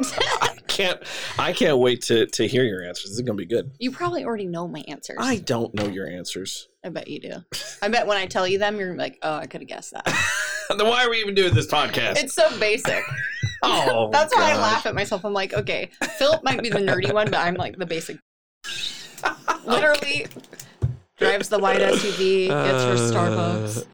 I can't. I can't wait to to hear your answers. This is gonna be good. You probably already know my answers. I don't know your answers. I bet you do. I bet when I tell you them, you're gonna be like, oh, I could have guessed that. then why are we even doing this podcast? It's so basic. oh, That's why I gosh. laugh at myself. I'm like, okay, Philip might be the nerdy one, but I'm like the basic. Literally drives the white SUV, gets her Uh. Starbucks.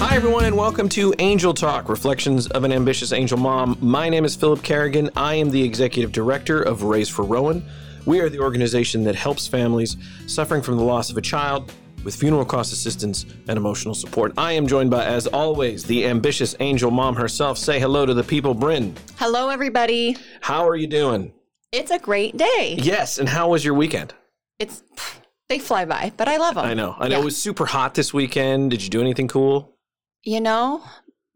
Hi, everyone, and welcome to Angel Talk Reflections of an Ambitious Angel Mom. My name is Philip Kerrigan. I am the executive director of Raise for Rowan. We are the organization that helps families suffering from the loss of a child with funeral cost assistance and emotional support. I am joined by, as always, the ambitious angel mom herself. Say hello to the people, Bryn. Hello, everybody. How are you doing? It's a great day. Yes, and how was your weekend? It's they fly by, but I love them. I know. I know Yeah. it was super hot this weekend. Did you do anything cool? You know,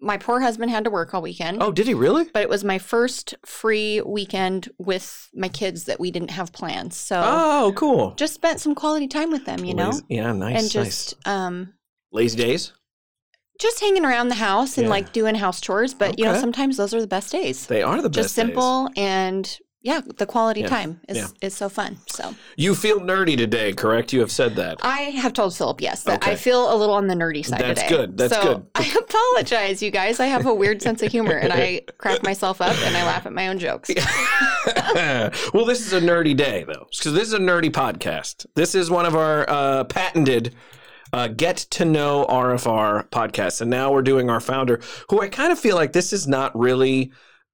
my poor husband had to work all weekend. Oh, did he really? But it was my first free weekend with my kids that we didn't have plans. So Oh, cool. Uh, just spent some quality time with them, you know? Lazy- yeah, nice. and nice. just um lazy days. just hanging around the house and Yeah. like doing house chores. But you know, Okay. sometimes those are the best days. They are the just best. days. simple and yeah, the quality Yeah. time is Yeah. is so fun. So You feel nerdy today, correct? You have said that. I have told Philip yes that I Okay. feel a little on the nerdy side That's today. good. That's so good. I apologize, you guys. I have a weird sense of humor and I crack myself up and I laugh at my own jokes. Uh, well, this is a nerdy day though, because this is a nerdy podcast. This is one of our uh, patented. Uh, get to know RFR podcasts, and now we're doing our founder, who I kind of feel like this is not really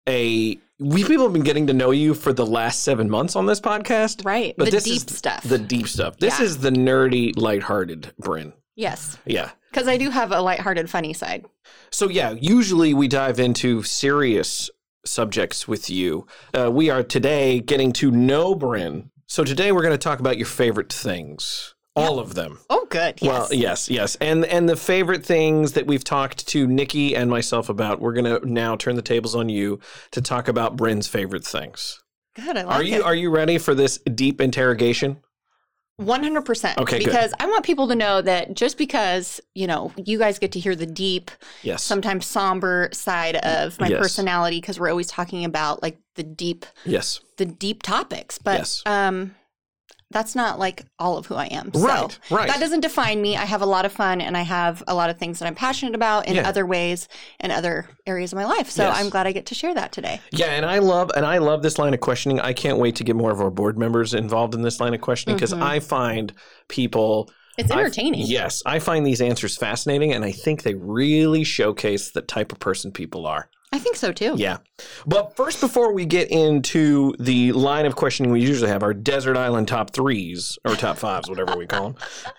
a. We people have been getting to know you for the last seven months on this podcast, Right. But the this deep is stuff. The deep stuff. This Yeah. is the nerdy, lighthearted Bryn. yes. Yeah, Because I do have a lighthearted funny side. So yeah, usually we dive into serious subjects with you. Uh, we are today getting to know Bryn. So today we're going to talk about your favorite things, all of them. Oh good. Yes. Well, yes, yes, and and the favorite things that we've talked to Nikki and myself about, we're gonna now turn the tables on you to talk about Bryn's favorite things. good, I like are you it. are you ready for this deep interrogation? One hundred percent. Okay, good. Because I want people to know that just because you know you guys get to hear the deep, Yes. sometimes somber side of my Yes. personality, because we're always talking about like the deep, yes. the deep topics. But Yes. um, that's not like all of who I am. Right. So Right. that doesn't define me. I have a lot of fun, and I have a lot of things that I'm passionate about in Yeah. other ways and other areas of my life. So Yes. I'm glad I get to share that today. Yeah, and I love and I love this line of questioning. I can't wait to get more of our board members involved in this line of questioning because Mhm. I find people It's I've- entertaining. yes, I find these answers fascinating and I think they really showcase the type of person people are. I think so too. Yeah. But first before we get into the line of questioning we usually have, our desert island top threes or top fives, whatever we call them.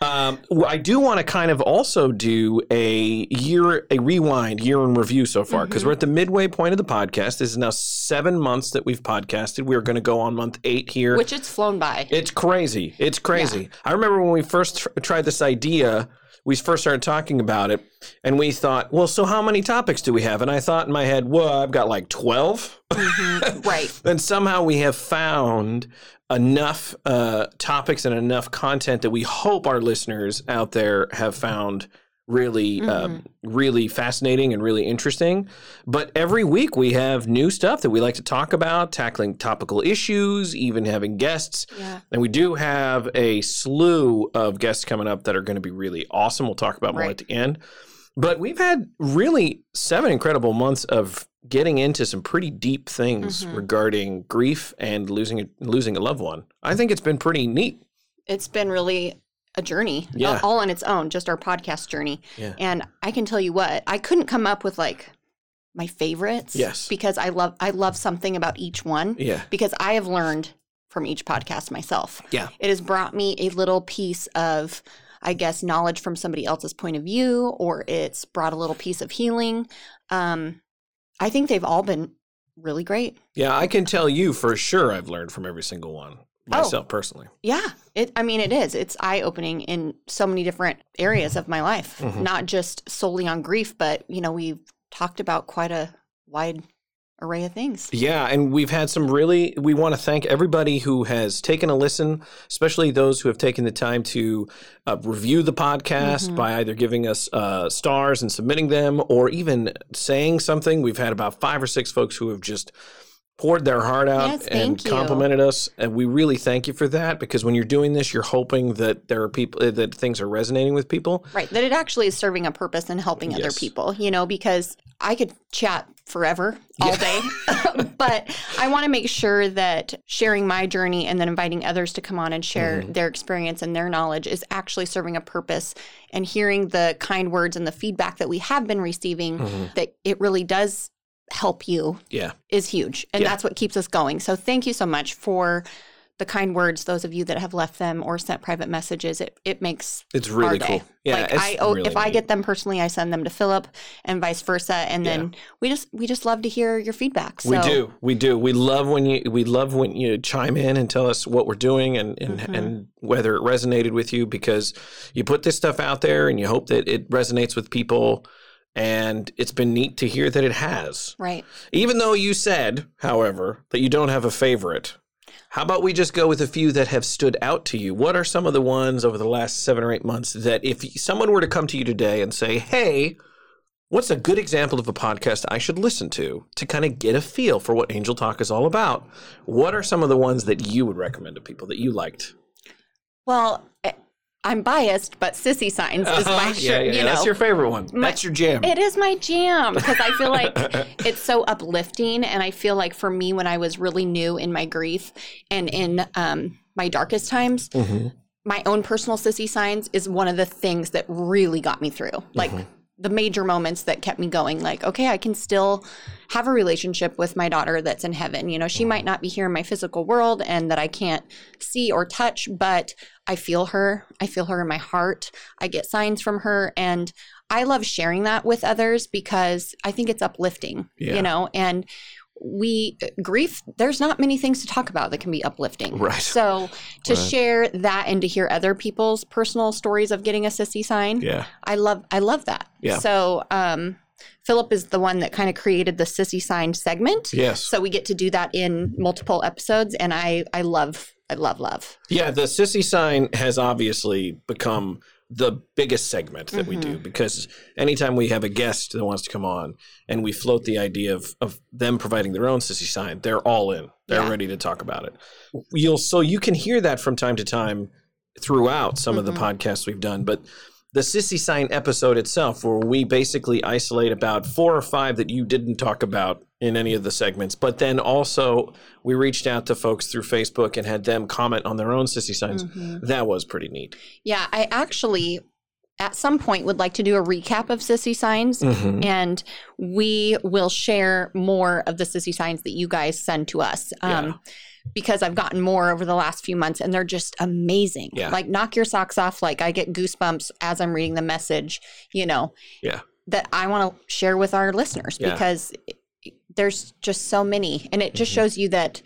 Um, well, I do want to kind of also do a year, a rewind, year in review so far, because Mhm. we're at the midway point of the podcast. This is now seven months that we've podcasted. We're going to go on month eight here. Which it's flown by. It's crazy. It's crazy. I remember when we first tr- tried this idea, we first started talking about it, and we thought, well, so how many topics do we have? And I thought in my head, well, I've got like 12. Mm-hmm. Mhm. right. And somehow we have found enough uh, topics and enough content that we hope our listeners out there have found really uh, Mhm. really fascinating and really interesting but every week we have new stuff that we like to talk about tackling topical issues even having guests Yeah. and we do have a slew of guests coming up that are going to be really awesome. We'll talk about more Right. at the end. But we've had really seven incredible months of getting into some pretty deep things Mhm. regarding grief and losing a, losing a loved one. I think it's been pretty neat. it's been really a journey Yeah. all on its own just our podcast journey Yeah. and i can tell you what i couldn't come up with like my favorites Yes. because i love i love something about each one Yeah. because i have learned from each podcast myself Yeah. it has brought me a little piece of i guess knowledge from somebody else's point of view or it's brought a little piece of healing um i think they've all been really great Yeah, I can tell you for sure I've learned from every single one myself personally. Yeah, it. I mean, it is. It's eye opening in so many different areas of my life, Mhm. not just solely on grief, but you know, we've talked about quite a wide array of things. Yeah, and we've had some really. We want to thank everybody who has taken a listen, especially those who have taken the time to uh, review the podcast Mhm. by either giving us uh, stars and submitting them, or even saying something. We've had about five or six folks who have just poured their heart out Yes, and thank you. complimented us, and we really thank you for that. Because when you're doing this, you're hoping that there are people that things are resonating with people. Right. That it actually is serving a purpose and helping other Yes. people, you know, because I could chat forever all Yeah. day, but I want to make sure that sharing my journey and then inviting others to come on and share Mm-hmm. their experience and their knowledge is actually serving a purpose and hearing the kind words and the feedback that we have been receiving Mm-hmm. that it really does help you Yeah. is huge. And Yeah. that's what keeps us going. So thank you so much for the kind words, those of you that have left them or sent private messages. It, it makes It's really our day. cool. Yeah, like it's I owe, really if I neat. get them personally, I send them to Philip, and vice versa. And then we just we just love to hear your feedback. So We do. We do. We love when you we love when you chime in and tell us what we're doing and and, Mhm. and whether it resonated with you because you put this stuff out there and you hope that it resonates with people and it's been neat to hear that it has. right. Even though you said, however, that you don't have a favorite. How about we just go with a few that have stood out to you? What are some of the ones over the last 7 or 8 months that if someone were to come to you today and say, "Hey, What's a good example of a podcast I should listen to to kind of get a feel for what Angel Talk is all about? What are some of the ones that you would recommend to people that you liked? Well, I- I'm biased, but sissy signs is my Uh-huh. shirt. yeah, yeah, you know, that's your favorite one. My- that's your jam. It is my jam because I feel like it's so uplifting. And I feel like for me, when I was really new in my grief and in um, my darkest times, Mhm. my own personal sissy signs is one of the things that really got me through. Like Mm-hmm. the major moments that kept me going. Like, okay, I can still have a relationship with my daughter that's in heaven. You know, she might not be here in my physical world and that I can't see or touch, but I feel her. I feel her in my heart. I get signs from her. And I love sharing that with others because I think it's uplifting, Yeah. you know, and we grief there's not many things to talk about that can be uplifting Right. so to Right. share that and to hear other people's personal stories of getting a sissy sign Yeah. i love i love that Yeah. so um philip is the one that kind of created the sissy sign segment Yes. so we get to do that in multiple episodes and i i love i love love Yeah, the sissy sign has obviously become the biggest segment that we do because anytime we have a guest that wants to come on and we float the idea of, of them providing their own sissy sign, they're all in. They're Yeah. ready to talk about it. You'll so you can hear that from time to time throughout some of the podcasts we've done, but the sissy sign episode itself where we basically isolate about four or five that you didn't talk about in any of the segments but then also we reached out to folks through facebook and had them comment on their own sissy signs that was pretty neat yeah i actually at some point would like to do a recap of sissy signs Mm-hmm. and we will share more of the sissy signs that you guys send to us um, Yeah. because i've gotten more over the last few months and they're just amazing Yeah. like knock your socks off like i get goosebumps as i'm reading the message you know Yeah. that i want to share with our listeners Yeah. because there's just so many and it just Mhm. shows you that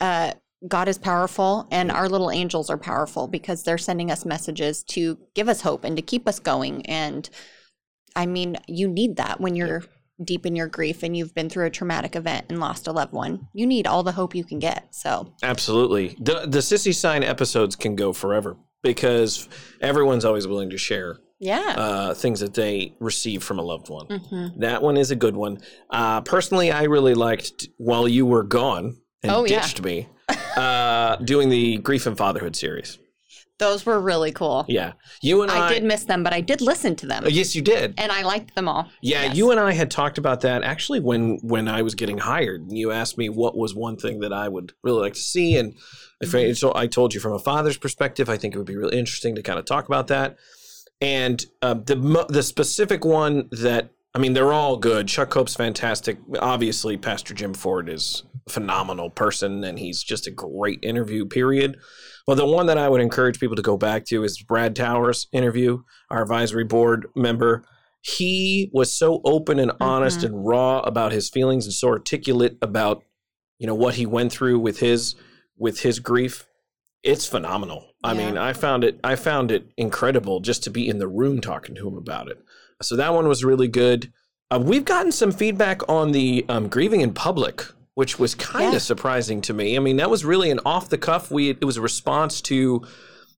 uh, god is powerful and our little angels are powerful because they're sending us messages to give us hope and to keep us going and i mean you need that when you're deep in your grief and you've been through a traumatic event and lost a loved one you need all the hope you can get so absolutely the, the sissy sign episodes can go forever because everyone's always willing to share yeah uh, things that they receive from a loved one hmm That one is a good one. Uh, personally, I really liked while you were gone and Oh, yeah. ditched me. Uh, doing the grief and fatherhood series. those were really cool Yeah, you and I. i did miss them but i did listen to them Oh, yes, you did. and i liked them all Yeah, Yes. you and I had talked about that actually when when I was getting hired. and You asked me what was one thing that I would really like to see, and if I, so I told you from a father's perspective, I think it would be really interesting to kind of talk about that. And uh, the mo- the specific one that I mean, they're all good. Chuck Cope's fantastic. Obviously, Pastor Jim Ford is a phenomenal person, and he's just a great interview. Period. But the one that I would encourage people to go back to is Brad Towers' interview, our advisory board member he was so open and honest Mhm. and raw about his feelings and so articulate about you know what he went through with his with his grief it's phenomenal i Yeah. mean i found it i found it incredible just to be in the room talking to him about it so that one was really good Uh, we've gotten some feedback on the um, grieving in public, which was kind of Yeah. surprising to me. I mean, that was really an off the cuff. We it was a response to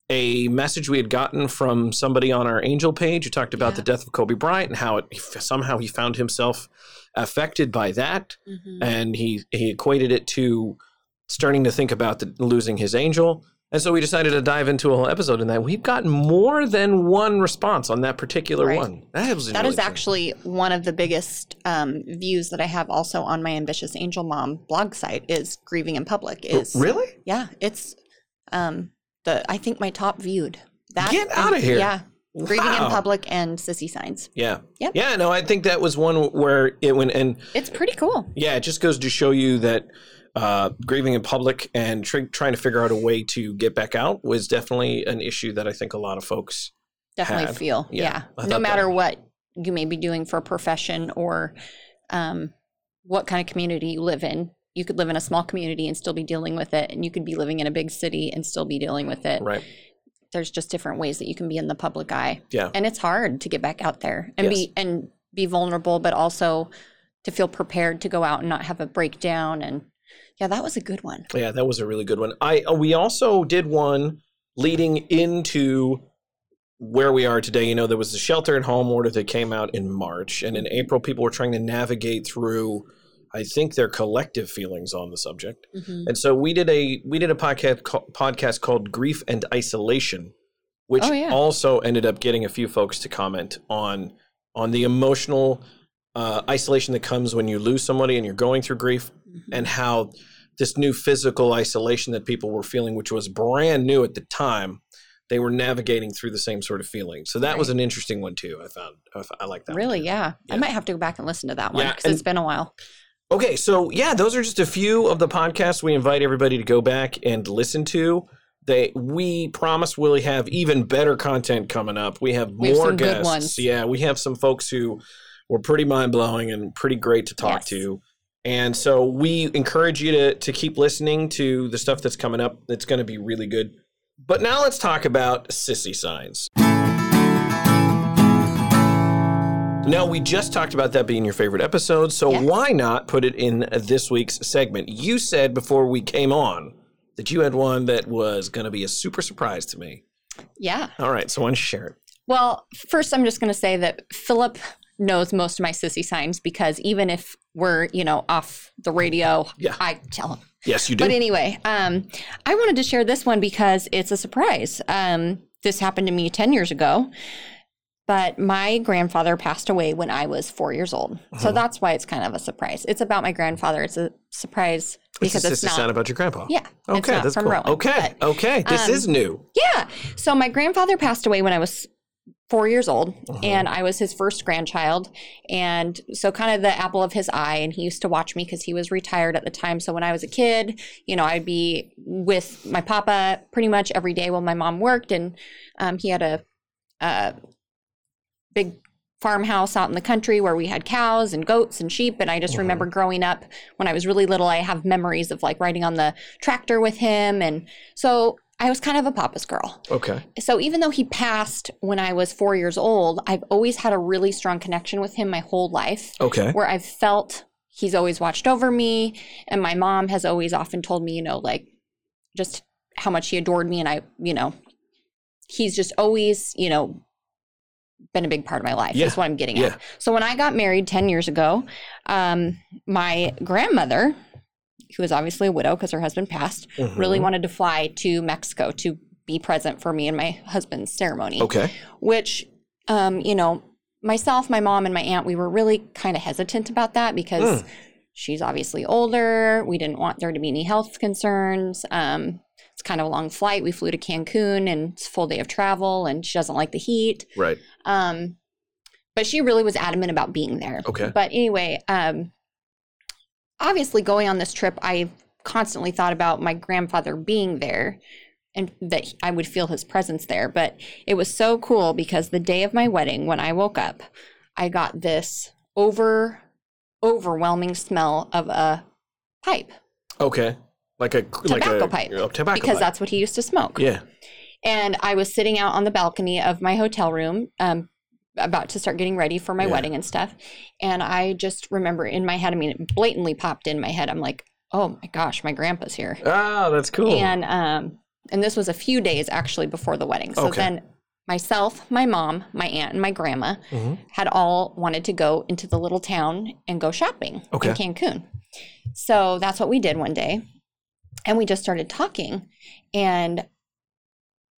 a message we had gotten from somebody on our angel page who talked about Yeah. the death of Kobe Bryant and how it somehow he found himself affected by that, Mhm. and he he equated it to starting to think about the, losing his angel. And so we decided to dive into a whole episode in that. We've gotten more than one response on that particular Right. one. That was That really is cool. actually one of the biggest um, views that I have also on my ambitious angel mom blog site is grieving in public is really. yeah it's um, the I think my top viewed that Get and- outta here. yeah grieving Wow. in public and sissy signs Yeah. Yep. Yeah. No, I think that was one where it went, and it's pretty cool yeah, it just goes to show you that uh, grieving in public and tr- trying to figure out a way to get back out was definitely an issue that I think a lot of folks. definitely had. feel Yeah, I yeah, no thought that- matter what you may be doing for a profession or um, what kind of community you live in you could live in a small community and still be dealing with it and you could be living in a big city and still be dealing with it Right. there's just different ways that you can be in the public eye Yeah. and it's hard to get back out there and Yes. be and be vulnerable but also to feel prepared to go out and not have a breakdown and yeah that was a good one Yeah, that was a really good one. I uh, we also did one leading into where we are today. You know, there was the shelter at home order that came out in March, and in April, people were trying to navigate through. I think their collective feelings on the subject. Mm-hmm. And so we did a we did a podcast ca- podcast called Grief and Isolation, which Oh, yeah. also ended up getting a few folks to comment on on the emotional uh, isolation that comes when you lose somebody and you're going through grief, Mm-hmm. and how this new physical isolation that people were feeling, which was brand new at the time, they were navigating through the same sort of feeling. So that was an interesting one too. I found I, I like that. one, really too. yeah. Yeah. i might have to go back and listen to that one Yeah, because it's been a while Okay, so yeah, those are just a few of the podcasts we invite everybody to go back and listen to. They we promise we'll have even better content coming up. We have We have more some good guests. ones. Yeah, we have some folks who were pretty mind blowing and pretty great to talk Yes. to. And so we encourage you to to keep listening to the stuff that's coming up. That's going to be really good. But now let's talk about sissy signs. Now, we just talked about that being your favorite episode, so Yes. why not put it in this week's segment? You said before we came on that you had one that was going to be a super surprise to me. yeah All right, so why don't you share it? Well, first, I'm just going to say that Philip knows most of my sissy signs because even if we're, you know, off the radio, Yeah. I tell him. Yes, you do. But anyway, um, I wanted to share this one because it's a surprise. Um, this happened to me 10 years ago, but my grandfather passed away when I was four years old. So Uh-huh. that's why it's kind of a surprise. It's about my grandfather. It's a surprise It's a because it's sissy sign not. about your grandpa. Yeah. Okay, it's not that's from cool. Rowan, but- okay, okay, this um, is new. yeah. So my grandfather passed away when I was four years old, and I was his first grandchild. And so, kind of the apple of his eye. And he used to watch me because he was retired at the time. So, when I was a kid, you know, I'd be with my papa pretty much every day while my mom worked. And um, he had a, a big farmhouse out in the country where we had cows and goats and sheep and I just remember growing up when I was really little I have memories of like riding on the tractor with him and so I was kind of a papa's girl Okay, so even though he passed when I was four years old, I've always had a really strong connection with him my whole life, okay, where I've felt he's always watched over me. And my mom has always often told me, you know, like just how much he adored me. And I, you know, he's just always, you know, been a big part of my life. Yeah. That's what I'm getting Yeah. at. So when I got married 10 years ago, um, my grandmother, who was obviously a widow because her husband passed, really Mhm. wanted to fly to Mexico to be present for me and my husband's ceremony, Okay, which, um, you know, myself, my mom, and my aunt, we were really kind of hesitant about that because she's obviously older. We didn't want there to be any health concerns. Um, it's kind of a long flight. We flew to Cancun and it's a full day of travel, and she doesn't like the heat. right. Um, but she really was adamant about being there. Okay. But anyway, um, obviously going on this trip, I constantly thought about my grandfather being there and that I would feel his presence there. But it was so cool because the day of my wedding, when I woke up, I got this over overwhelming smell of a pipe Okay, like a like Tobacco a, pipe. a tobacco because pipe. that's what he used to smoke. yeah. And I was sitting out on the balcony of my hotel room, um, about to start getting ready for my Yeah. wedding and stuff. And I just remember in my head, I mean, it blatantly popped in my head. I'm like, oh my gosh, my grandpa's here. Ah, that's cool. And um, and this was a few days actually before the wedding. So Okay. then myself, my mom, my aunt, and my grandma Mhm. had all wanted to go into the little town and go shopping Okay. in Cancun. So that's what we did one day. And we just started talking. And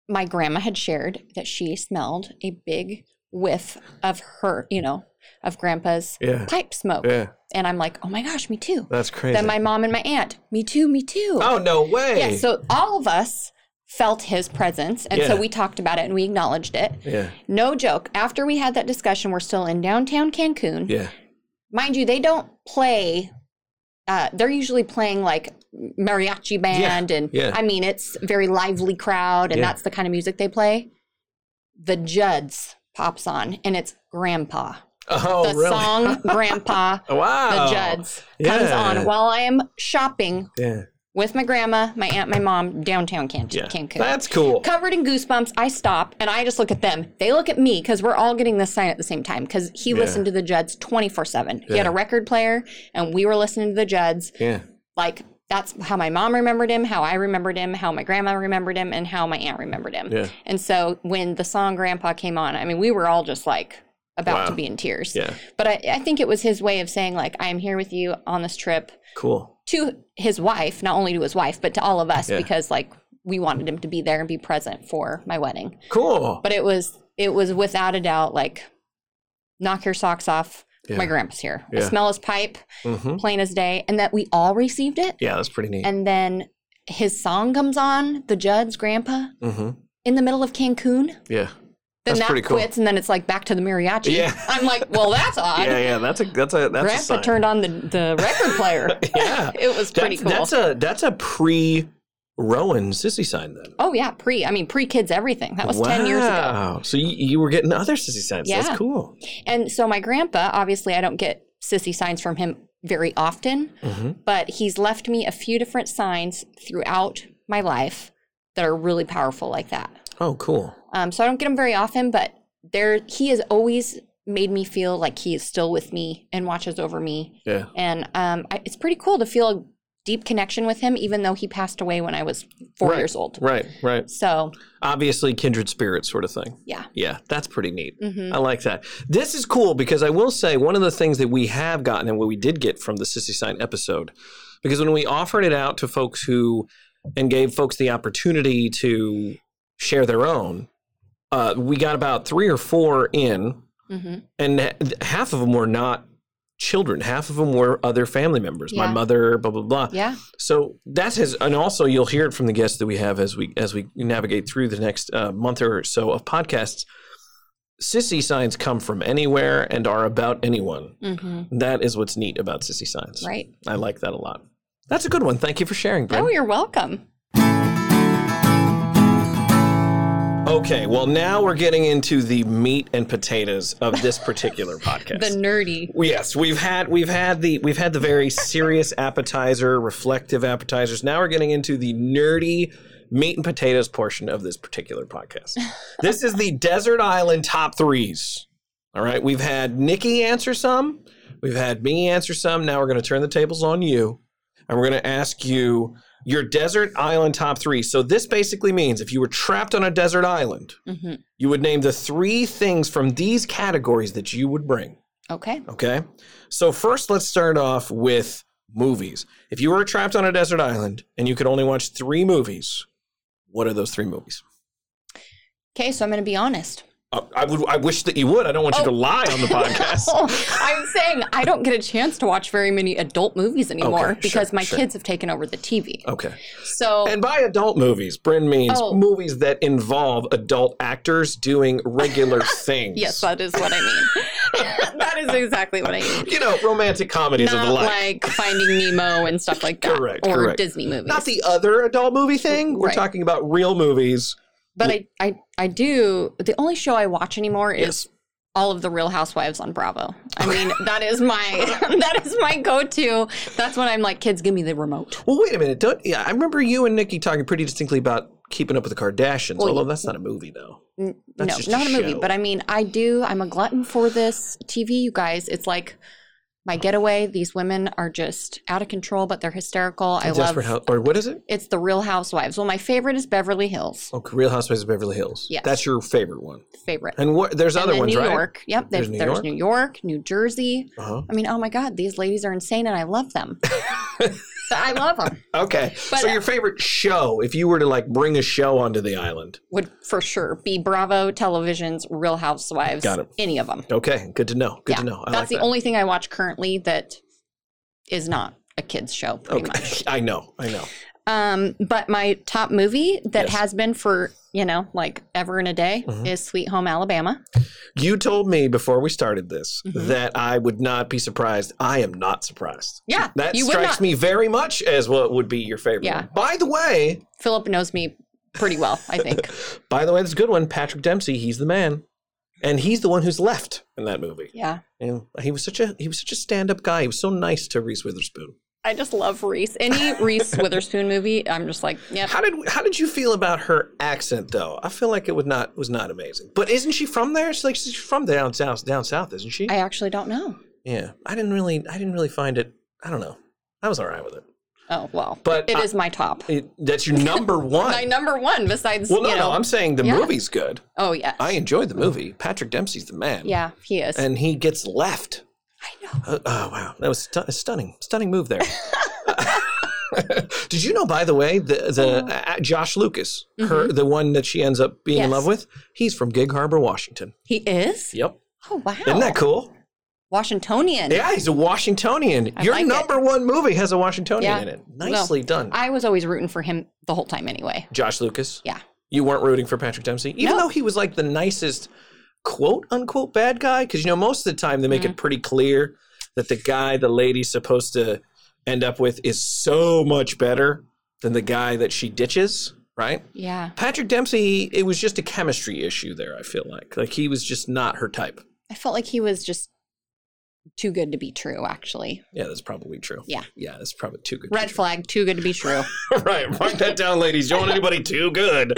my grandma had shared that she smelled a big whiff of her, you know, of grandpa's Yeah. pipe smoke. Yeah, And I'm like, oh my gosh, me too. that's crazy. Then my mom and my aunt, me too, me too. oh no way. Yeah, so all of us felt his presence. And so Yeah. we talked about it and we acknowledged it. yeah, No joke. After we had that discussion, we're still in downtown Cancun. yeah. Mind you, they don't play, uh, they're usually playing like mariachi band. And yeah. I mean, it's a very lively crowd, and Yeah. that's the kind of music they play. The Judds pops on, and it's Grandpa. Oh the really? song Grandpa, wow. the Judds comes Yeah. on while I am shopping Yeah, with my grandma, my aunt, my mom, downtown Can- yeah. Cancun. That's cool. Covered in goosebumps, I stop and I just look at them. They look at me because we're all getting this sign at the same time because he listened to the Judds 24 7. He had a Yeah. record player and we were listening to the Judds. Yeah, Like, that's how my mom remembered him, how I remembered him, how my grandma remembered him, and how my aunt remembered him. Yeah. And so when the song Grandpa came on, I mean, we were all just like about to Wow. be in tears. yeah. But I, I think it was his way of saying, like, I am here with you on this trip Cool. to his wife, not only to his wife, but to all of us Yeah. because like we wanted him to be there and be present for my wedding. Cool. But it was it was without a doubt like knock your socks off. Yeah. My grandpa's here. I Yeah. smell his pipe, hmm plain as day, and that we all received it. Yeah, that's pretty neat. And then his song comes on, the Judd's grandpa hmm in the middle of Cancun. Then Yeah. That's that pretty cool. quits, and then it's like back to the mariachi. Yeah. I'm like, well, that's odd. Yeah, yeah. That's a that's a that's a Grandpa sign. turned on the, the record player. yeah. it was pretty That's, cool. that's a that's a pre Rowan sissy sign then. Oh yeah, pre. I mean, pre kids everything. That was ten years ago. Wow. So you, you were getting other sissy signs. Yeah. That's cool. And so my grandpa, obviously, I don't get sissy signs from him very often, hmm but he's left me a few different signs throughout my life that are really powerful like that. Oh, cool. Um, so I don't get them very often, but there he has always made me feel like he is still with me and watches over me, Yeah. and um, I, it's pretty cool to feel a deep connection with him, even though he passed away when I was four Right. years old. Right. Right. So Obviously, kindred spirits sort of thing. yeah, Yeah, that's pretty neat. hmm I like that. This is cool because I will say one of the things that we have gotten and what we did get from the Sissy Sign episode, because when we offered it out to folks who and gave folks the opportunity to share their own, uh, we got about three or four in, hmm and h- half of them were not children. Half of them were other family members. My Yeah. mother, blah blah blah. yeah, So that has, and also you'll hear it from the guests that we have as we as we navigate through the next uh, month or so of podcasts. Sissy signs come from anywhere and are about anyone. hmm That is what's neat about sissy signs. right. I like that a lot. That's a good one. Thank you for sharing, Brent. Oh, you're welcome. okay, well now we're getting into the meat and potatoes of this particular podcast. The nerdy. Yes, we've had we've had the we've had the very serious appetizer, reflective appetizers. Now we're getting into the nerdy meat and potatoes portion of this particular podcast. this is the desert island top threes. All right, we've had Nikki answer some, we've had me answer some. Now we're going to turn the tables on you, and we're going to ask you your desert island top three. So this basically means if you were trapped on a desert island, hmm you would name the three things from these categories that you would bring. Okay. Okay. So, first, let's start off with movies. If you were trapped on a desert island and you could only watch three movies, what are those three movies? Okay, so I'm going to be honest. I, I would. I wish that you would. I don't want you to Oh. lie on the podcast. I'm saying I don't get a chance to watch very many adult movies anymore sure, because my sure. kids have taken over the TV. okay. So, And by adult movies, Bryn means Oh. movies that involve adult actors doing regular things. yes, that is what I mean. that is exactly what I mean. You know, romantic comedies of the Not like. like Finding Nemo and stuff like that, Correct, or correct. Disney movies. Not the other adult movie thing. We're Right. talking about real movies. but I, I, I do. The only show I watch anymore is all of the Real Housewives on Bravo. I mean, that is my that is my go-to. That's when I'm like, kids, give me the remote. Well, wait a minute. Don't yeah, I remember you and Nikki talking pretty distinctly about Keeping Up with the Kardashians. Well, Although you- that's not a movie, though. N- That's no, just a not a movie, show. but I mean, I do. I'm a glutton for this TV, you guys. It's like my getaway. These women are just out of control, but they're hysterical. I love. Desperate Hou- or what is it? It's the Real Housewives. Well, my favorite is Beverly Hills. Oh, Real Housewives of Beverly Hills. Yes. that's your favorite one. Favorite. And what? There's And other then ones, New right? York. Yep. There's, There's New there's York. New York, New Jersey. Uh-huh. I mean, oh my God, these ladies are insane, and I love them. I love them. Okay, But- uh, so your favorite show, if you were to like bring a show onto the island, Would for sure be Bravo Television's Real Housewives. Got it. Any of them. okay, good to know. Good to Yeah, know. I That's the like that. only thing I watch currently that is not a kids show. Pretty much. Okay, I know, I know. Um, but my top movie that Yes. has been for you know like ever and a day Mhm. is Sweet Home Alabama. You told me before we started this Mhm. that I would not be surprised. I am not surprised. Yeah, That you would strikes not. me very much as what would be your favorite. Yeah. one. By the way, Philip knows me pretty well, I think. by the way, that's a good one. Patrick Dempsey, he's the man, and he's the one who's left in that movie. yeah, And he was such a he was such a stand up guy. He was so nice to Reese Witherspoon. I just love Reese. Any Reese Witherspoon movie, I'm just like, yep. How did how did you feel about her accent though? I feel like it was not was not amazing. But isn't she from there? She's like she's from down south, down south, isn't she? I actually don't know. yeah. I didn't really I didn't really find it. I don't know. I was all right with it. Oh well, But it I- is my top. It, that's your number one. My number one besides well, no, you know. no. I'm saying the yeah. movie's good. oh yes. I enjoyed the movie. Patrick Dempsey's the man. yeah, he is. And he gets left. I know. Uh, oh wow, that was stu- a stunning, stunning move there. Did you know, by the way, the the uh, Josh Lucas, her the one that she ends up being in Mm-hmm. Yes. love with, he's from Gig Harbor, Washington. He is? Yep, Oh wow. isn't that cool? Washingtonian. Yeah, he's a Washingtonian. Your like it. number one movie has a Washingtonian Yeah. in it. Nicely done, I was always rooting for him the whole time anyway. Josh Lucas. Yeah. You weren't rooting for Patrick Dempsey, even No. though he was like the nicest quote unquote bad guy. Because you know, most of the time they make Mm-hmm. it pretty clear that the guy the lady's supposed to end up with is so much better than the guy that she ditches, right? Yeah. Patrick Dempsey, it was just a chemistry issue there, I feel like. Like he was just not her type. I felt like he was just too good to be true, actually. Yeah, that's probably true. Yeah. Yeah, that's probably too good. Red flag, too good to be true. right. Mark that down, ladies. You don't want anybody too good.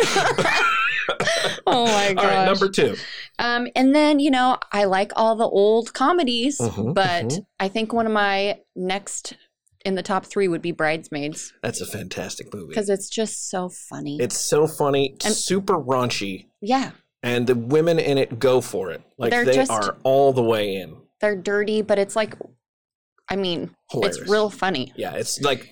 oh my All right, number 2 um, and then, you know, I like all the old comedies, Mhm, but mhm. I think one of my next in the top three would be Bridesmaids That's a fantastic movie. because it's just so funny. It's so funny, And- super raunchy, yeah. and the women in it go for it. Like They're they just- are all the way in. They're dirty, but it's like, I mean, Hilarious. it's real funny. Yeah, it's like,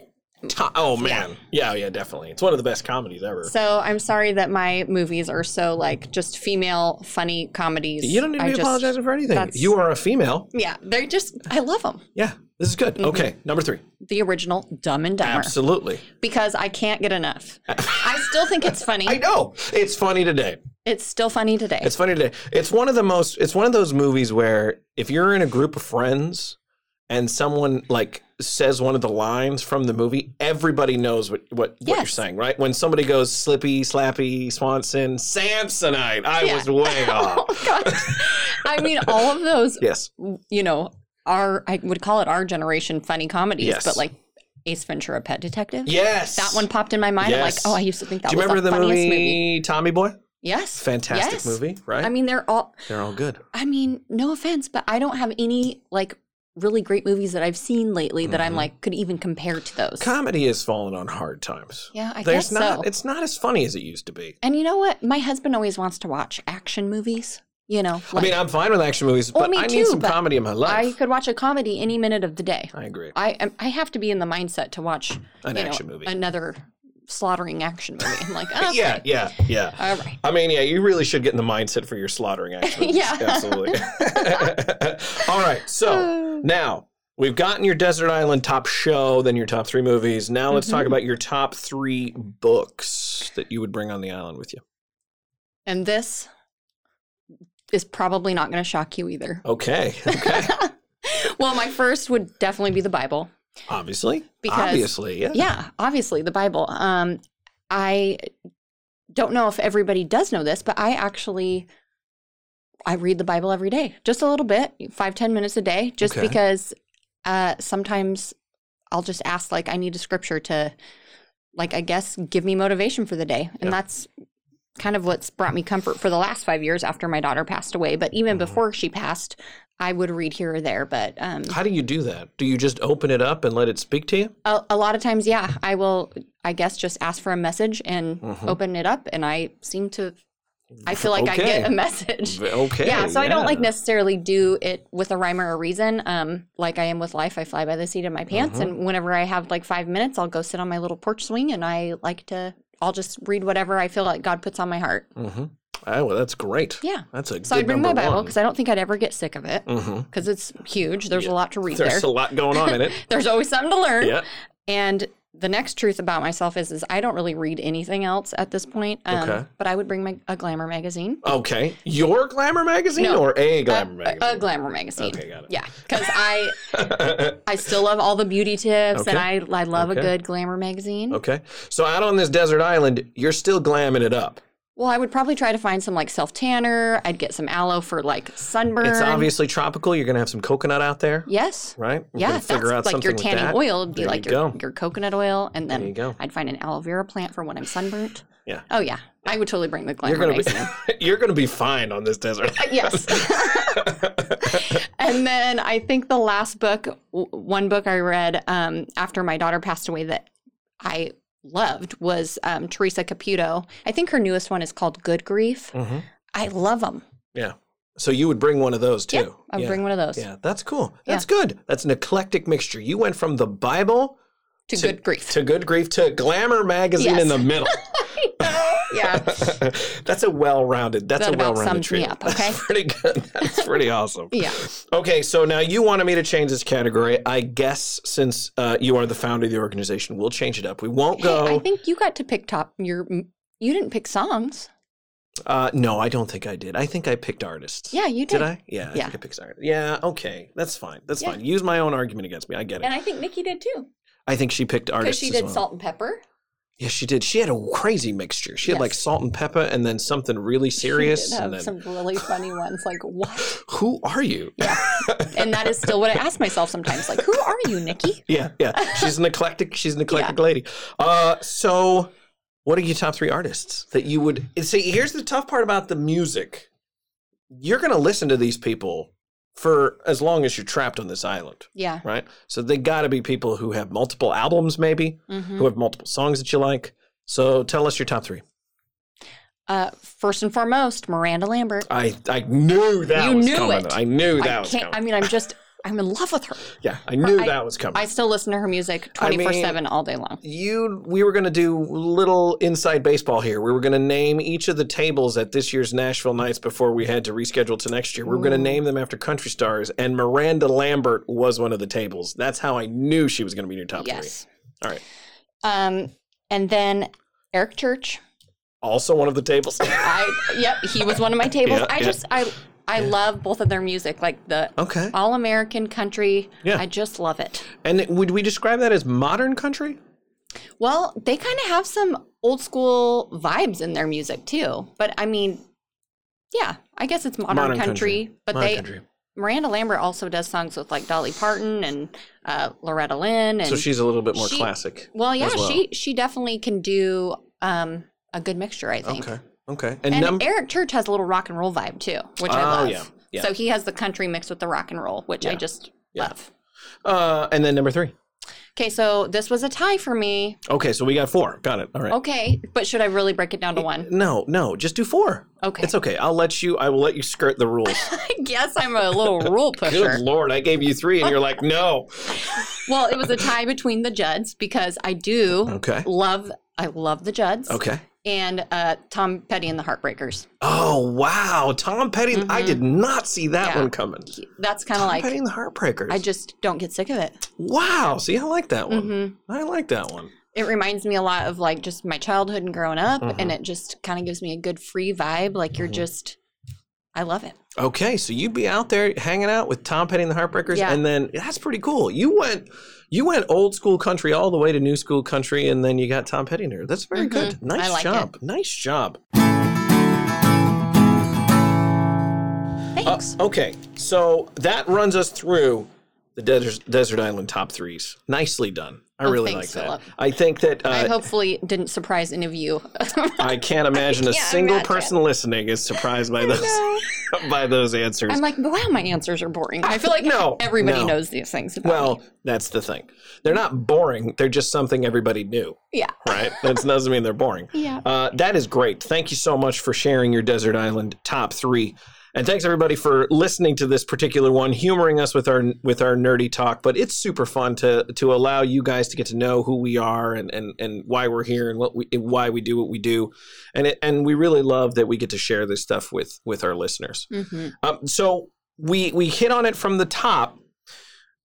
to- oh man, yeah. yeah, definitely. It's one of the best comedies ever. So I'm sorry that my movies are so like just female funny comedies. you don't need to I be just- apologizing for anything. that's- You are a female. Yeah, they're just I love them. Yeah, this is Mm-hmm. good. Okay, number three. The original Dumb and Dumber Absolutely. because I can't get enough. I still think it's funny. I know it's funny today. It's still funny today. It's funny today. It's one of the most. It's one of those movies where if you're in a group of friends and someone like says one of the lines from the movie, everybody knows what what, what you're Yes. saying, right? When somebody goes Slippy, Slappy, Swanson, Samsonite, I Yeah. was way oh off. god. I mean, all of those, Yes, you know, are I would call it our generation funny comedies, Yes. but like Ace Ventura: Pet Detective. yes. That one popped in my mind. Yes. I'm like, oh, I used to think that Do you was remember the, the funniest movie, movie. Tommy Boy? Yes. Fantastic Yes. movie, right? I mean, they're all They're all good. I mean, no offense, but I don't have any like really great movies that I've seen lately that Mm-hmm. I'm like could even compare to those. Comedy has fallen on hard times. yeah, I There's guess not. so. It's not as funny as it used to be. and you know what? My husband always wants to watch action movies. You know, I like, mean, I'm fine with action movies, Well, but me I need too, some but comedy in my I life. could watch a comedy any minute of the day. I, agree. I am, I have to be in the mindset to watch An you know, action movie. another slaughtering action movie. I'm like, oh, Yeah, yeah, yeah. all right. I mean, yeah, you really should get in the mindset for your slaughtering action. movies. Yeah. absolutely. All right, so now we've gotten your desert island top show, then your top three movies. Now let's Mm-hmm. talk about your top three books that you would bring on the island with you. And this is probably not going to shock you either. Okay, okay, Oh. Well, my first would definitely be the Bible. obviously, Because- obviously, yeah. yeah obviously the bible um i don't know if everybody does know this but i actually i read the bible every day just a little bit five ten minutes a day just Okay. because uh sometimes i'll just ask like i need a scripture to like I guess give me motivation for the day. And Yeah. that's kind of what's brought me comfort for the last five years after my daughter passed away. But even Mm-hmm. before she passed, I would read here or there. But um, How do you do that? Do you just open it up and let it speak to you? a, a lot of times, yeah, I will, I guess, just ask for a message and open it up. And I seem to, I feel like I Mm-hmm. Okay. get a message. Okay. yeah, so I don't like yeah. necessarily do it with a rhyme or a reason. Um, like I am with life, I fly by the seat of my pants, Mm-hmm. and whenever I have like five minutes, I'll go sit on my little porch swing, and I like to. I'll just read whatever I feel like God puts on my heart. Oh, well, that's great. Yeah. That's a So good I bring my number Bible one. because I don't think I'd ever get sick of it Mhm. because it's huge. There's a lot to read There's there. a lot going on in it. There's always something to learn. Yeah. And the next truth about myself is, is I don't really read anything else at this point. Um, Okay. But I would bring my, a glamour magazine. Okay. Your glamour magazine No. Uh, or a glamour A- magazine? A, glamour magazine. Okay, got it. Yeah, because I I still love all the beauty tips, and I Okay. I love Okay. a good glamour magazine. okay. So out on this desert island, you're still glamming it up. Well, I would probably try to find some like self tanner. I'd get some aloe for like sunburn. It's obviously tropical. You're going to have some coconut out there, Yes. right? We're Yeah, gonna that's like your with tanning that. oil would be There like you your, go. your coconut oil, and then you go. I'd find an aloe vera plant for when I'm sunburnt. Yeah. Oh yeah, I would totally bring the glamour You're going magazine. to be you're going to be fine on this desert. yes. and then I think the last book, w- one book I read um, after my daughter passed away that I loved was um, Teresa Caputo. I think her newest one is called Good Grief. Mhm. I love them. Yeah. So you would bring one of those too. I would yeah. bring one of those Yeah, that's cool. Yeah. That's good. That's an eclectic mixture. You went from the Bible to, To- Good Grief. to Good Grief to Glamour magazine Yes. in the middle. yeah. that's a well-rounded. That's That a about well-rounded sums me treatment. up, okay? That's pretty good. That's pretty awesome. Yeah. Okay, so now you wanted me to change this category. I guess since uh, you are the founder of the organization, we'll change it up. We won't go. Hey, I think you got to pick top your. You didn't pick songs. uh, no, I don't think I did. I think I picked artists. Yeah, you Did did. I? Yeah, I Yeah. think I picked artists. Yeah, okay. That's fine. That's Yeah. fine. Use my own argument against me. I get it. And I think Nikki did too. I think she picked Because artists. she as did well. Salt and Pepper. Yeah, she did. She had a crazy mixture. She had Yes. like salt and pepper, and then something really She did serious. have and then, some really funny ones. Like, what? who are you? and that is still what I ask myself sometimes. Like, who are you, Nikki? Yeah, yeah. She's an eclectic. She's an eclectic lady. Uh, so, what are your top three artists that you would and see? Here's the tough part about the music. You're going to listen to these people for as long as you're trapped on this island, Yeah. right? So they got to be people who have multiple albums, maybe Mm. who have multiple songs that you like. So tell us your top three. Uh, first and foremost, Miranda Lambert. I I knew that You was knew coming. it. I knew that I was can't. coming. I mean, I'm just. I'm in love with her. yeah, I knew I- that was coming. I still listen to her music I mean- 24 seven all day long. you we were going to do little inside baseball here. We were going to name each of the tables at this year's Nashville Nights before we had to reschedule to next year. We were Mm. going to name them after country stars, and Miranda Lambert was one of the tables. That's how I knew she was going to be in your top three. Yes. All right. Um, and then Eric Church. Also, one of the tables. I yep, he was one of my tables. Yeah, I yeah. just I I love both of their music, like the okay. all American country. Yeah. I just love it. And would we describe that as modern country? Well, they kind of have some old school vibes in their music too. But I mean, yeah, I guess it's modern, Modern country, But Modern they country. Miranda Lambert also does songs with like Dolly Parton and uh, Loretta Lynn, and So she's a little bit more she- classic. well, yeah, as well. she she definitely can do um, a good mixture. I think. Okay. Okay. And, And num- Eric Church has a little rock and roll vibe too, which I Oh, love. yeah, yeah. So he has the country mixed with the rock and roll, which Yeah, I just yeah. love. uh, and then number three. Okay, so this was a tie for me. Okay, so we got four. Got it. All right. Okay, but should I really break it down to one? No, no, just do four. Okay. It's okay. I'll let you. I will let you skirt the rules. I guess I'm a little rule pusher. Good lord, I gave you three, and you're like, no. Well, it was a tie between the Judds because I do Okay. love I love the Judds. Okay. And uh, Tom Petty and the Heartbreakers. Oh wow, Tom Petty. I did not see that Mm-hmm. Yeah. one coming. Tom That's kind of like Petty and the Heartbreakers. I just don't get sick of it. wow. See, I like that one. Mm-hmm. I like that one. It reminds me a lot of like just my childhood and growing up, Mm-hmm. and it just kind of gives me a good free vibe. Like you're just, I love it. Okay, so you'd be out there hanging out with Tom Petty and the Heartbreakers, Yeah. and then that's pretty cool. You went, you went old school country all the way to new school country, and then you got Tom Petty in there. That's very good. Nice Mm-hmm. I like job. Nice job. Uh, Thanks. Okay, so that runs us through the desert, desert island top threes. Nicely done. I I really Oh, thanks, like that. Philip. I think that uh, I hopefully didn't surprise any of you. I can't imagine a can't single imagine. person listening is surprised by those by those answers. I'm like, wow, my answers are boring. I feel like No, everybody no. knows these things. About well, me. that's the thing. They're not boring. They're just something everybody knew, yeah, right? That doesn't mean they're boring. yeah. Uh, that is great. Thank you so much for sharing your desert island top three, and thanks everybody for listening to this particular one, humoring us with our with our nerdy talk. But it's super fun to to allow you guys to get to know who we are and and, and why we're here and what we and why we do what we do, and it, and we really love that we get to share this stuff with with our listeners. hmm Um, so we we hit on it from the top.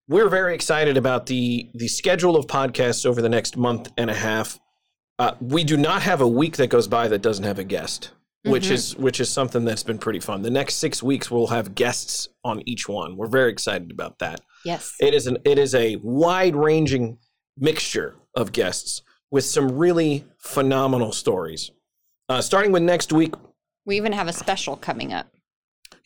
We're very excited about the the schedule of podcasts over the next month and a half. Uh, we do not have a week that goes by that doesn't have a guest, which Mhm. is which is something that's been pretty fun. The next six weeks we'll have guests on each one. We're very excited about that. Yes. It is an it is a wide ranging mixture of guests with some really phenomenal stories. Uh, starting with next week, we even have a special coming up.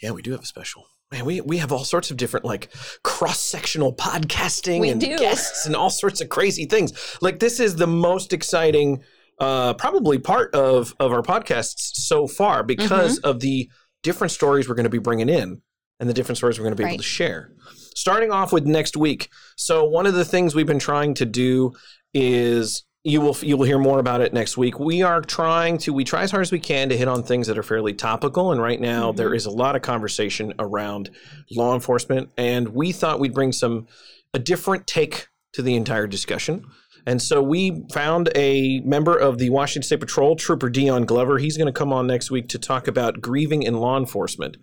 yeah, we do have a special. Man, we, we have all sorts of different like cross sectional podcasting We and do. guests and all sorts of crazy things. Like this is the most exciting uh probably part of of our podcasts so far because Mm-hmm. of the different stories we're going to be bringing in and the different stories we're going to be able Right. to share. Starting off with next week. So one of the things we've been trying to do is you will you will hear more about it next week. We are trying to we try as hard as we can to hit on things that are fairly topical and right now Mhm. there is a lot of conversation around law enforcement and we thought we'd bring some a different take to the entire discussion. And so we found a member of the Washington State Patrol, Trooper Dion Glover. He's going to come on next week to talk about grieving in law enforcement.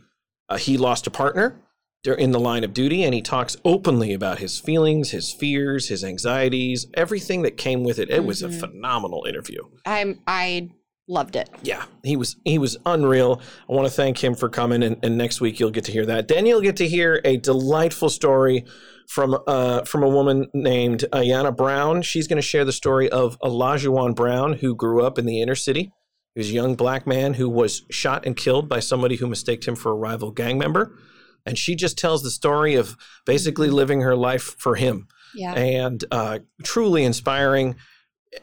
Uh, he lost a partner dur- in the line of duty, and he talks openly about his feelings, his fears, his anxieties, everything that came with it. It was a Mhm. phenomenal interview. I'm. I loved it. Yeah, he was he was unreal. I want to thank him for coming, and, and next week you'll get to hear that. Then you'll get to hear a delightful story from uh, from a woman named Ayana Brown. She's going to share the story of Olajuwon Brown, who grew up in the inner city. He was a young black man who was shot and killed by somebody who mistaked him for a rival gang member, and she just tells the story of basically living her life for him, Yeah. and uh, truly inspiring.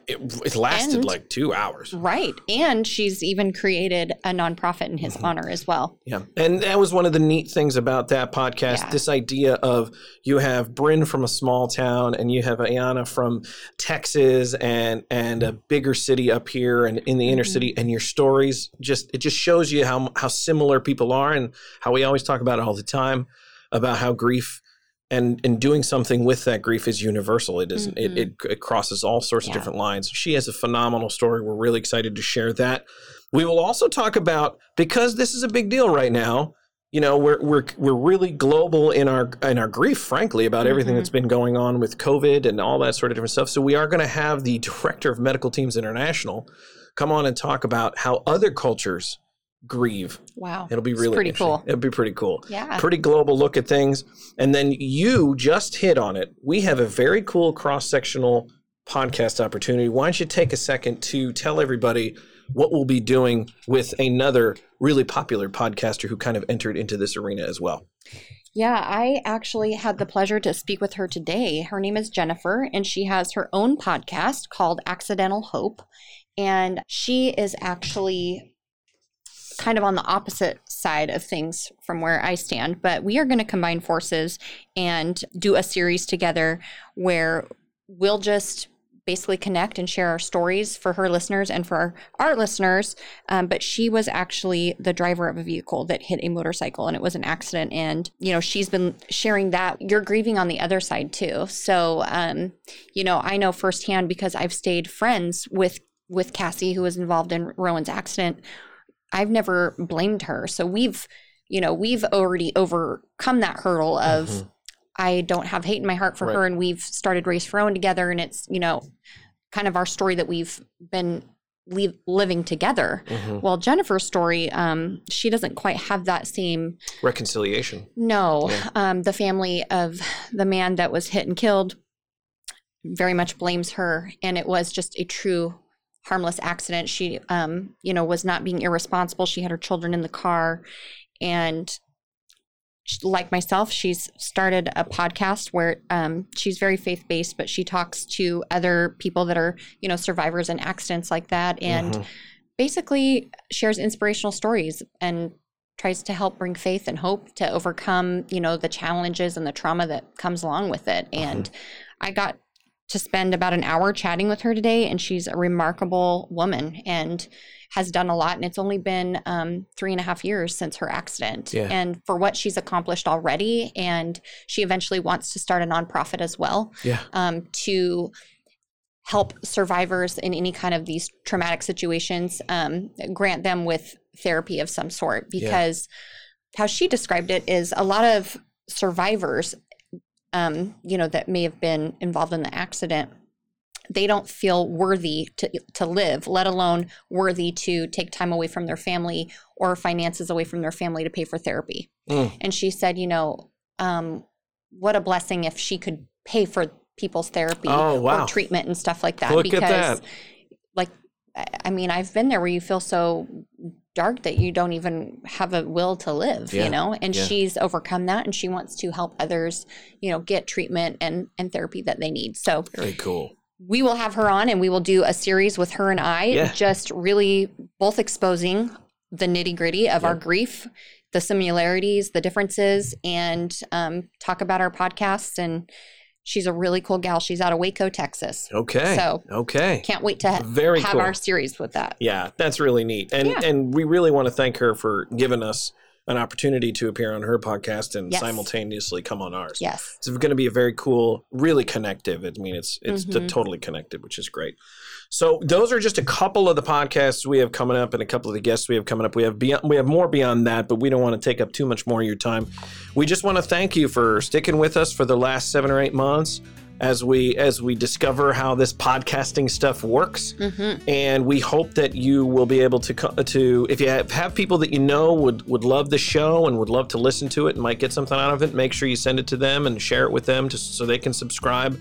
It, it lasted And- like two hours. Right. And she's even created a nonprofit in his honor as well. Yeah. And that was one of the neat things about that podcast. Yeah. This idea of you have Bryn from a small town and you have Ayana from Texas and and a bigger city up here and in the inner Mhm. city and your stories just it just shows you how how similar people are and how we always talk about it all the time about how grief and and doing something with that grief is universal. It isn't- Mhm. It, it it crosses all sorts of Yeah. different lines. She has a phenomenal story. We're really excited to share that. We will also talk about because this is a big deal right now. You know, we're we're we're really global in our in our grief, frankly, about everything Mhm. that's been going on with COVID and all that sort of different stuff. So we are going to have the director of Medical Teams International come on and talk about how other cultures grieve. Wow. It'll be It's really pretty interesting. cool. It'll be pretty cool Yeah. pretty global look at things. And then you just hit on it. We have a very cool cross sectional podcast opportunity. Why don't you take a second to tell everybody what we'll be doing with another really popular podcaster who kind of entered into this arena as well? Yeah, I actually had the pleasure to speak with her today. Her name is Jennifer, and she has her own podcast called Accidental Hope. And she is actually kind of on the opposite side of things from where I stand, but we are going to combine forces and do a series together where we'll just basically connect and share our stories for her listeners and for our, our listeners um, but she was actually the driver of a vehicle that hit a motorcycle and it was an accident and you know she's been sharing that you're grieving on the other side too so um, you know i know firsthand because i've stayed friends with with cassie who was involved in rowan's accident i've never blamed her so we've you know we've already overcome that hurdle of Mhm. i don't have hate in my heart for Right. her and we've started race for rowan together and it's you know kind of our story that we've been leave, living together well, Jennifer's story, um, she doesn't quite have that same. Reconciliation. No, Yeah. um, the family of the man that was hit and killed very much blames her, and it was just a true harmless accident. She, um, you know, was not being irresponsible. She had her children in the car, and sh- like myself, she's started a podcast where um, she's very faith based, but she talks to other people that are, you know, survivors and accidents like that and Mhm. basically shares inspirational stories and tries to help bring faith and hope to overcome, you know, the challenges and the trauma that comes along with it. And I got to spend about an hour chatting with her today, and she's a remarkable woman and has done a lot. And it's only been um, three and a half years since her accident. Yeah. And for what she's accomplished already, and she eventually wants to start a nonprofit as well yeah, um, to help survivors in any kind of these traumatic situations, um, grant them with therapy of some sort. Yeah. Because how she described it is a lot of survivors, um, you know, that may have been involved in the accident. They don't feel worthy to, to live, let alone worthy to take time away from their family or finances away from their family to pay for therapy. Mm. And she said, you know, um, what a blessing if she could pay for people's therapy Oh, wow. or treatment and stuff like that. Look at because, that. like, I I mean, I've been there where you feel so dark that you don't even have a will to live, Yeah, you know? And yeah. she's overcome that and she wants to help others, you know, get treatment and, and therapy that they need. So very cool. we will have her on and we will do a series with her and I, Yeah. just really both exposing the nitty gritty of our grief, the similarities, the differences, and um, talk about our podcasts. And she's a really cool gal. She's out of Waco, Texas. Okay, So- okay, Can't wait to ha- Very have cool. our series with that. yeah, that's really neat, and Yeah. and we really want to thank her for giving us an opportunity to appear on her podcast and Yes. simultaneously come on ours. Yes. It's going to be a very cool, really connective. I mean, it's it's t- Mhm. totally connected, which is great. So those are just a couple of the podcasts we have coming up, and a couple of the guests we have coming up. We have beyond, we have more beyond that, but we don't want to take up too much more of your time. We just want to thank you for sticking with us for the last seven or eight months as we as we discover how this podcasting stuff works Mm-hmm. and we hope that you will be able to co- to if you have, have people that you know would would love the show and would love to listen to it and might get something out of it make sure you send it to them and share it with them just so they can subscribe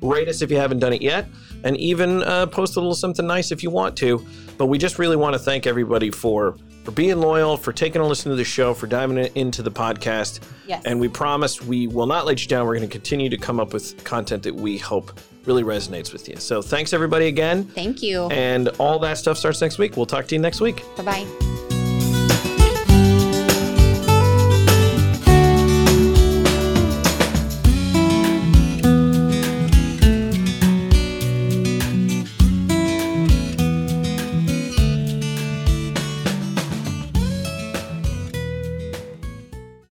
rate us if you haven't done it yet and even uh, post a little something nice if you want to but we just really want to thank everybody for for being loyal for taking a listen to the show for diving in- into the podcast Yes. and we promise we will not let you down. We're going to continue to come up with content that we hope really resonates with you. So thanks, everybody, again. Thank you. And all that stuff starts next week. We'll talk to you next week. Bye bye.